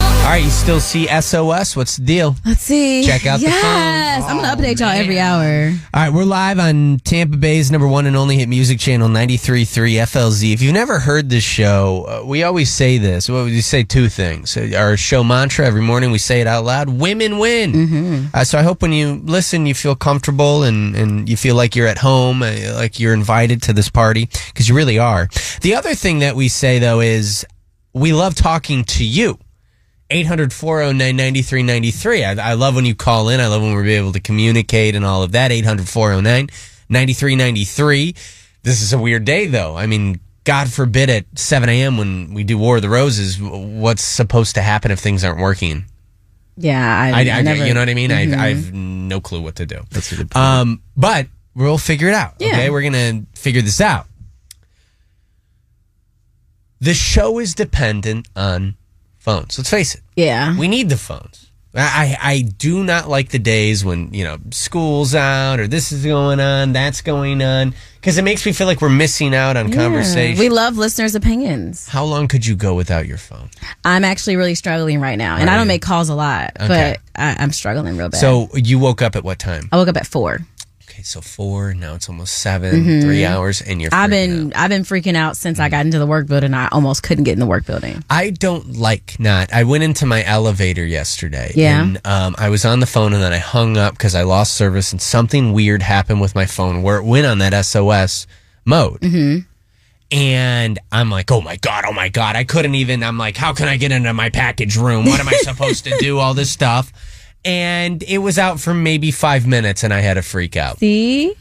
All right, you still see SOS? What's the deal? Let's see. Check out the yes. phones. I'm Oh, gonna update y'all man. every hour. All right, we're live on Tampa Bay's number one and only hit music channel, 93.3 FLZ. If you've never heard this show, uh, we always say this. Well, we say two things. Uh, Our show mantra every morning, we say it out loud women win. Mm-hmm. Uh, so I hope when you listen, you feel comfortable and, and you feel like you're at home, uh, like you're invited to this party, because you really are. The other thing that we say, though, is we love talking to you. 800 409 9393. I I love when you call in. I love when we're able to communicate and all of that. 800 409 9393. This is a weird day, though. I mean, God forbid at 7 a.m. when we do War of the Roses, w- what's supposed to happen if things aren't working? Yeah, I, I, I I- never. Mm-hmm. you know what I mean? I've, I've no clue what to do. That's a good point. Um, but we'll figure it out. Yeah. Okay, we're gonna figure this out. The show is dependent on phones. Let's face it. yeah. We need the phones. I, I I do not like the days when, you know, school's out or this is going on, that's going on, because it makes me feel like we're missing out on conversation. We love listeners' opinions. How long could you go without your phone? I'm actually really struggling right now, and I Are you? don't make calls a lot, Okay. but I, I'm struggling real bad. So you woke up at what time? I woke up at four. Okay, so four, now it's almost 7 three hours, and you're Mm-hmm. freaking out. I've been I've been freaking out since Mm. I got into the work building. I almost couldn't get in the work building. I don't like not. I went into my elevator yesterday. Yeah. And, um, I was on the phone and then I hung up because I lost service and something weird happened with my phone where it went on that SOS mode. Mm-hmm. And I'm like, oh my God, oh my God. I couldn't even. I'm like, how can I get into my package room? What am I supposed to do? All this stuff. And it was out for maybe five minutes and I had a freak out. See,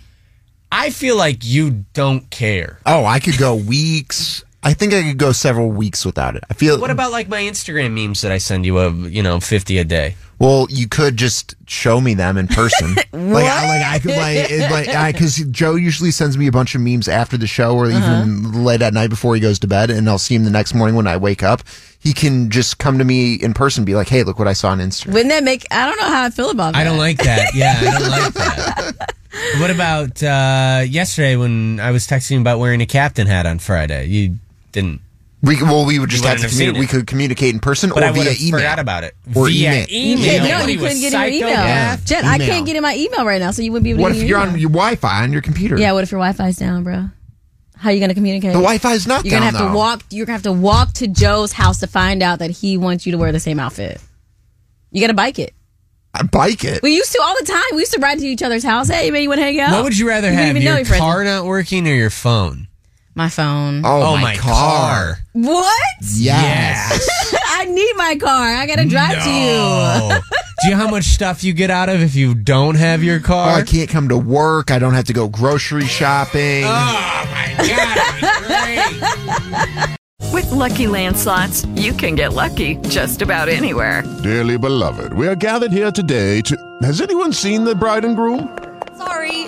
I feel like you don't care. Oh, I could go weeks. I think I could go several weeks without it. I feel. What about like my Instagram memes that I send you of, you know, 50 a day? Well, you could just show me them in person. like, I, like I could like it- like I because Joe usually sends me a bunch of memes after the show or Uh-huh. even late at night before he goes to bed, and I'll see him the next morning when I wake up. He can just come to me in person, and be like, "Hey, look what I saw on Instagram." wouldn't that make? I don't know how I feel about that. I don't like that. Yeah, I don't like that. What about uh, yesterday when I was texting you about wearing a captain hat on Friday? You didn't. We well, we would just You have wouldn't to have seen communi- we it. could communicate in person But or I would Oh, via have email. forgot about it. Or Via email. email. Yeah, no, Nobody you was couldn't get in your email. psychopath. Jen, I Email. can't get in my email right now, so you wouldn't be able What to. if get you're email. on your Wi-Fi on your computer? Yeah, what if your Wi-Fi's down, bro? How you gonna communicate? the Wi-Fi's not You're gonna down, have to though. walk. You're gonna have to walk to Joe's house to find out that he wants you to wear the same outfit. You gotta bike it. I bike it. We used to all the time. We used to ride to each other's house. Hey, man, you want to hang out? What would you rather didn't have? even know Your your friends. car not working or your phone? My phone. Uh, oh, my, car. What? Yes. I need my car. I gotta drive to you. No. Oh. Do you know how much stuff you get out of if you don't have your Oh, car? I can't come to work. I don't have to go grocery shopping. Oh, my God. Great. With Lucky Land slots, you can get lucky just about anywhere. Dearly beloved, we are gathered here today to. Has anyone seen the bride and groom? Sorry,